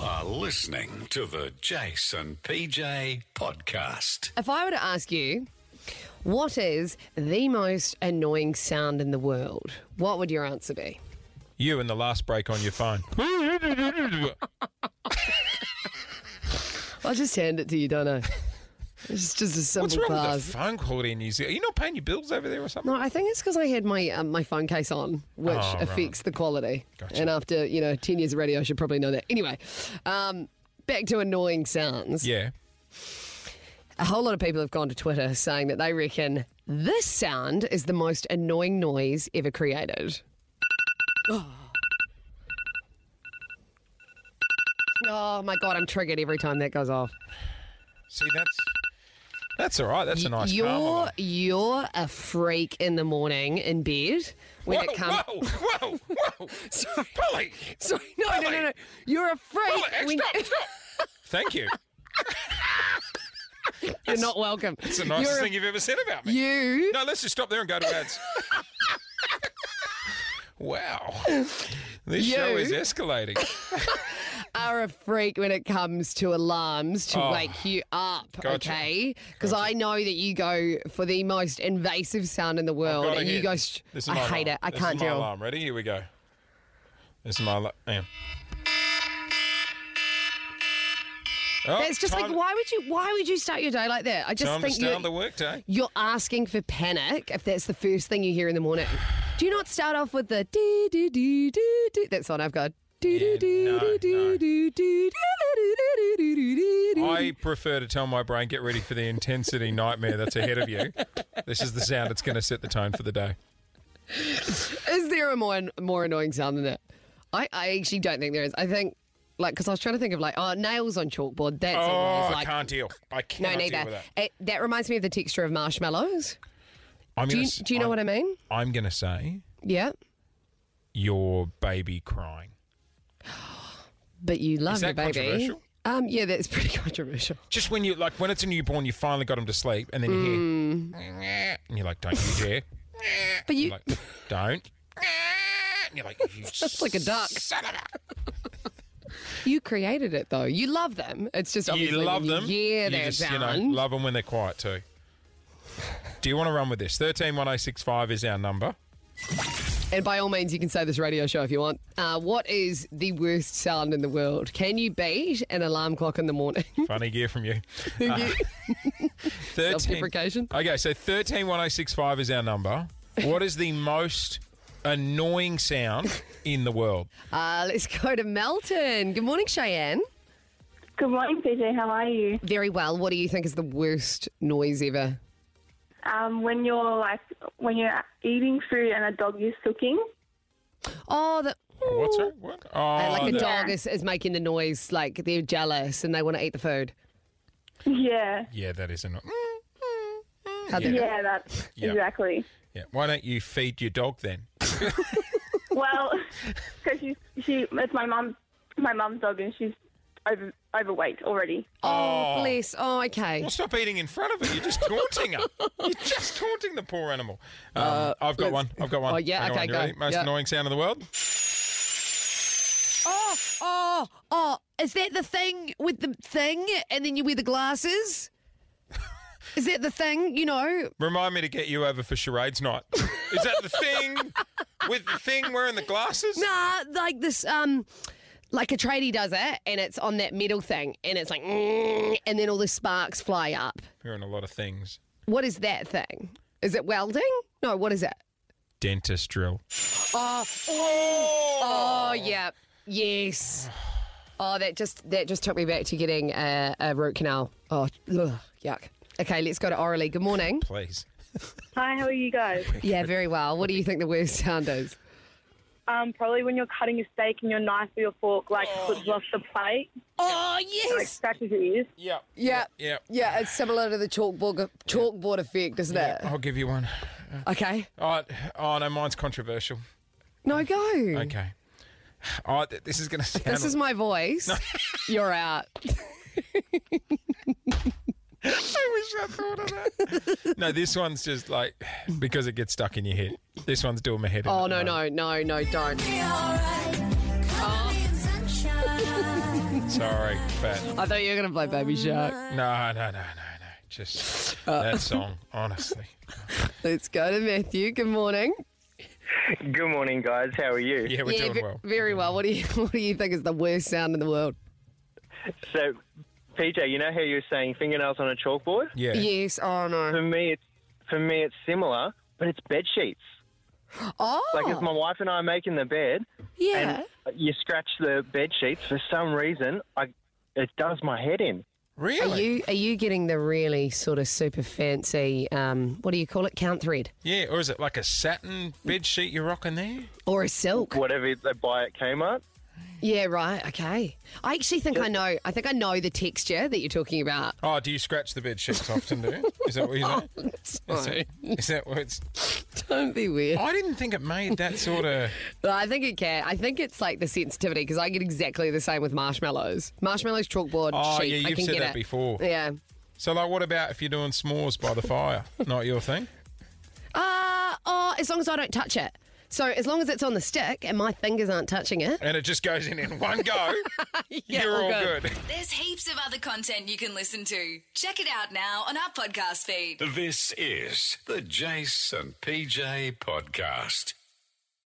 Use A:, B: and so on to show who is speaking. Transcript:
A: are listening to the Jason PJ podcast.
B: If I were to ask you, what is the most annoying sound in the world? What would your answer be?
C: You and the last break on your phone.
B: I'll just hand it to you, don't I? It's just a simple
C: What's wrong with
B: pass.
C: the phone quality in New Zealand? Are you not paying your bills over there or something?
B: no, I think it's because I had my um, my phone case on, which
C: Oh, right.
B: affects the quality.
C: Gotcha.
B: And after you know ten years of radio, I should probably know that. Anyway, um, back to annoying sounds.
C: Yeah.
B: A whole lot of people have gone to Twitter saying that they reckon this sound is the most annoying noise ever created. Oh. my god, I'm triggered every time that goes off.
C: See, that's that's all right. That's a nice
B: you're
C: calm alarm.
B: you're a freak in the morning in bed when
C: whoa,
B: it comes.
C: whoa, whoa, whoa.
B: Sorry.
C: Polly.
B: Sorry, no, no, no, no. You're a freak.
C: Polly, hey,
B: when-
C: stop, stop. Thank you.
B: you're not welcome.
C: It's the nicest
B: You're a-
C: thing you've ever said about me.
B: You
C: No, let's just stop there and go to ads. wow. This show
B: You-
C: is escalating.
B: are a freak when it comes to alarms to
C: Oh.
B: wake you up,
C: Gotcha.
B: okay? Because I know that you go for the most invasive sound in the world,
C: Gotta
B: and you
C: hit.
B: go, sh-
C: This is
B: I
C: my
B: hate
C: alarm.
B: it. I
C: This
B: can't
C: is my
B: deal.
C: alarm. Ready? Here we go. This is my alarm. Damn. Oh,
B: That's just like
C: time-
B: why would you? Why would you start your day like that? I just
C: Time to
B: think
C: start
B: you're,
C: the workday.
B: you're asking for panic if that's the first thing you hear in the morning. Do you not start off with the dee dee dee dee dee? That's what I've got. Dee dee
C: Yeah,
B: dee
C: no,
B: dee
C: no.
B: dee dee dee dee dee dee dee dee dee.
C: I prefer to tell my brain get ready for the intensity nightmare that's ahead of you. This is the sound that's going to set the tone for the day.
B: Is there a more more annoying sound than that? I, I actually don't think there is. I think like because I was trying to think of like oh nails on chalkboard. That's
C: Oh,
B: always
C: I
B: like
C: can't deal. I
B: no
C: cannot deal
B: neither.
C: with that.
B: It, that reminds me of the texture of marshmallows.
C: I'm
B: Do
C: gonna
B: you,
C: s-
B: do you know
C: I'm-
B: what I mean?
C: I'm going to say
B: Yeah,
C: your baby crying.
B: but you love
C: Is
B: your
C: that
B: baby.
C: controversial?
B: Um, yeah, that's pretty controversial.
C: Just when you like when it's a newborn, you finally got him to sleep, and then you
B: Mm.
C: hear, and you're like, "Don't you dare!"
B: But you,
C: You're like, "Don't." And you're like, "You
B: it's like a duck. you created it though. You love them. It's just obviously
C: you
B: when
C: love them.
B: Yeah,
C: you
B: their
C: just, you know,
B: sound.
C: love them when they're quiet too. Do you want to run with this? Thirteen one zero six five is our number.
B: And by all means, you can say this radio show if you want. Uh, what is the worst sound in the world? Can you beat an alarm clock in the morning?
C: Funny gear from you.
B: Thank you.
C: 13
B: Self-deprecation.
C: Okay, so thirteen one zero six five is our number. What is the most annoying sound in the world?
B: Uh, let's go to Melton. Good morning, Cheyenne.
D: Good morning, PJ. How are you?
B: Very well. What do you think is the worst noise ever?
D: Um, when you're like when you're eating food and a dog is sucking.
B: Oh, the.
C: What's that? What? Oh,
B: Uh, like a
C: that-
B: dog is, is making the noise, like they're jealous and they want to eat the food.
D: Yeah,
C: Yeah, that is annoying.
B: How
C: Yeah.
B: do you-
D: yeah, that's
C: Yeah.
D: exactly.
C: Yeah. Why don't you feed your dog then?
D: Well, because she she it's my mum my mum's dog and she's over, overweight already.
B: Oh, bless. Oh, okay.
C: Well, stop eating in front of her. You're just taunting her. You're just taunting the poor animal. Um, I've got one. I've got one.
B: Uh, Oh, yeah,
C: Hang on,
B: okay,
C: you
B: go.
C: ready? Most
B: Yeah.
C: annoying sound in the world.
B: Oh, oh, oh. Is that the thing with the thing and then you wear the glasses? Is that the thing? You know,
C: Remind me to get you over for charades night. Is that the thing with the thing wearing the glasses?
B: Nah, like this, um, like a tradie does it, and it's on that metal thing, and it's like, "Mm," and then all the sparks fly up.
C: You're on a lot of things.
B: What is that thing? Is it welding? No, what is it?
C: Dentist drill.
B: Oh, oh, yeah, yes. Oh, that just that just took me back to getting a, a root canal. Oh, ugh, yuck. Okay, let's go to Orally. Good morning.
C: Please.
E: Hi, how are you guys?
B: Yeah, very well. What do you think the worst sound is?
E: Um, probably when you're cutting a steak and your knife or your fork like slips off the plate,
B: Oh,
E: like
B: yes.
E: scratches your ears.
C: Yeah.
B: Yeah.
C: Yeah.
B: Yeah, it's similar to the chalkboard chalkboard effect, isn't
C: I'll give you one.
B: it? Okay.
C: Oh, oh no, mine's controversial.
B: No go.
C: Okay. Oh, th- this is going to sound.
B: Mm. This is my voice. You're out.
C: I wish I thought of that. no, this one's just like because it gets stuck in your head. This one's doing my head. in
B: Oh
C: at
B: no
C: the moment.
B: no no no don't.
F: Alright, cloudy and sunshine.
C: Sorry, but
B: I thought you were going to play Baby Shark.
C: no, no, no, no, no. Just that song, honestly.
B: Let's go to Matthew. Good morning.
F: Good morning, guys. How are you?
C: Yeah, we're
B: ve-
C: doing well.
B: Very well. What do you What do you think is the worst sound in the world?
F: So, PJ, you know how you were saying fingernails on a chalkboard?
C: Yeah.
B: Yes. Oh
F: For
B: no.
F: me, it's for me it's similar, but it's bed sheets.
B: Oh.
F: Like if my wife and I are making the bed,
B: yeah.
F: and you scratch the bed sheets for some reason, I it does my head in.
B: Are
C: Really?
B: you Are you getting the really sort of super fancy? Um, what do you call it? Count thread
C: Yeah, or is it like a satin bed sheet you're rocking there?
B: or a silk?
F: Whatever they buy at Kmart.
B: Yeah. Right. Okay. I actually think I know. I think I know the texture that you're talking about.
C: Oh, do you scratch the bed sheets often, do you? Is that what you know? Is, that- is that what it's.
B: Don't be weird.
C: I didn't think it made that sort of.
B: Well, I think it can. I think it's like the sensitivity because I get exactly the same with marshmallows. Marshmallows chalkboard
C: Oh,
B: sheets.
C: yeah,
B: I
C: you've
B: can
C: said
B: get
C: that
B: it.
C: before.
B: Yeah.
C: So, like, what about if you're doing s'mores by the fire? Not your thing?
B: Uh, oh, as long as I don't touch it. So as long as it's on the stick and my fingers aren't touching it,
C: And it just goes in in one go. you're all good.
G: There's heaps of other content you can listen to. Check it out now on our podcast feed.
A: This is the Jason PJ Podcast.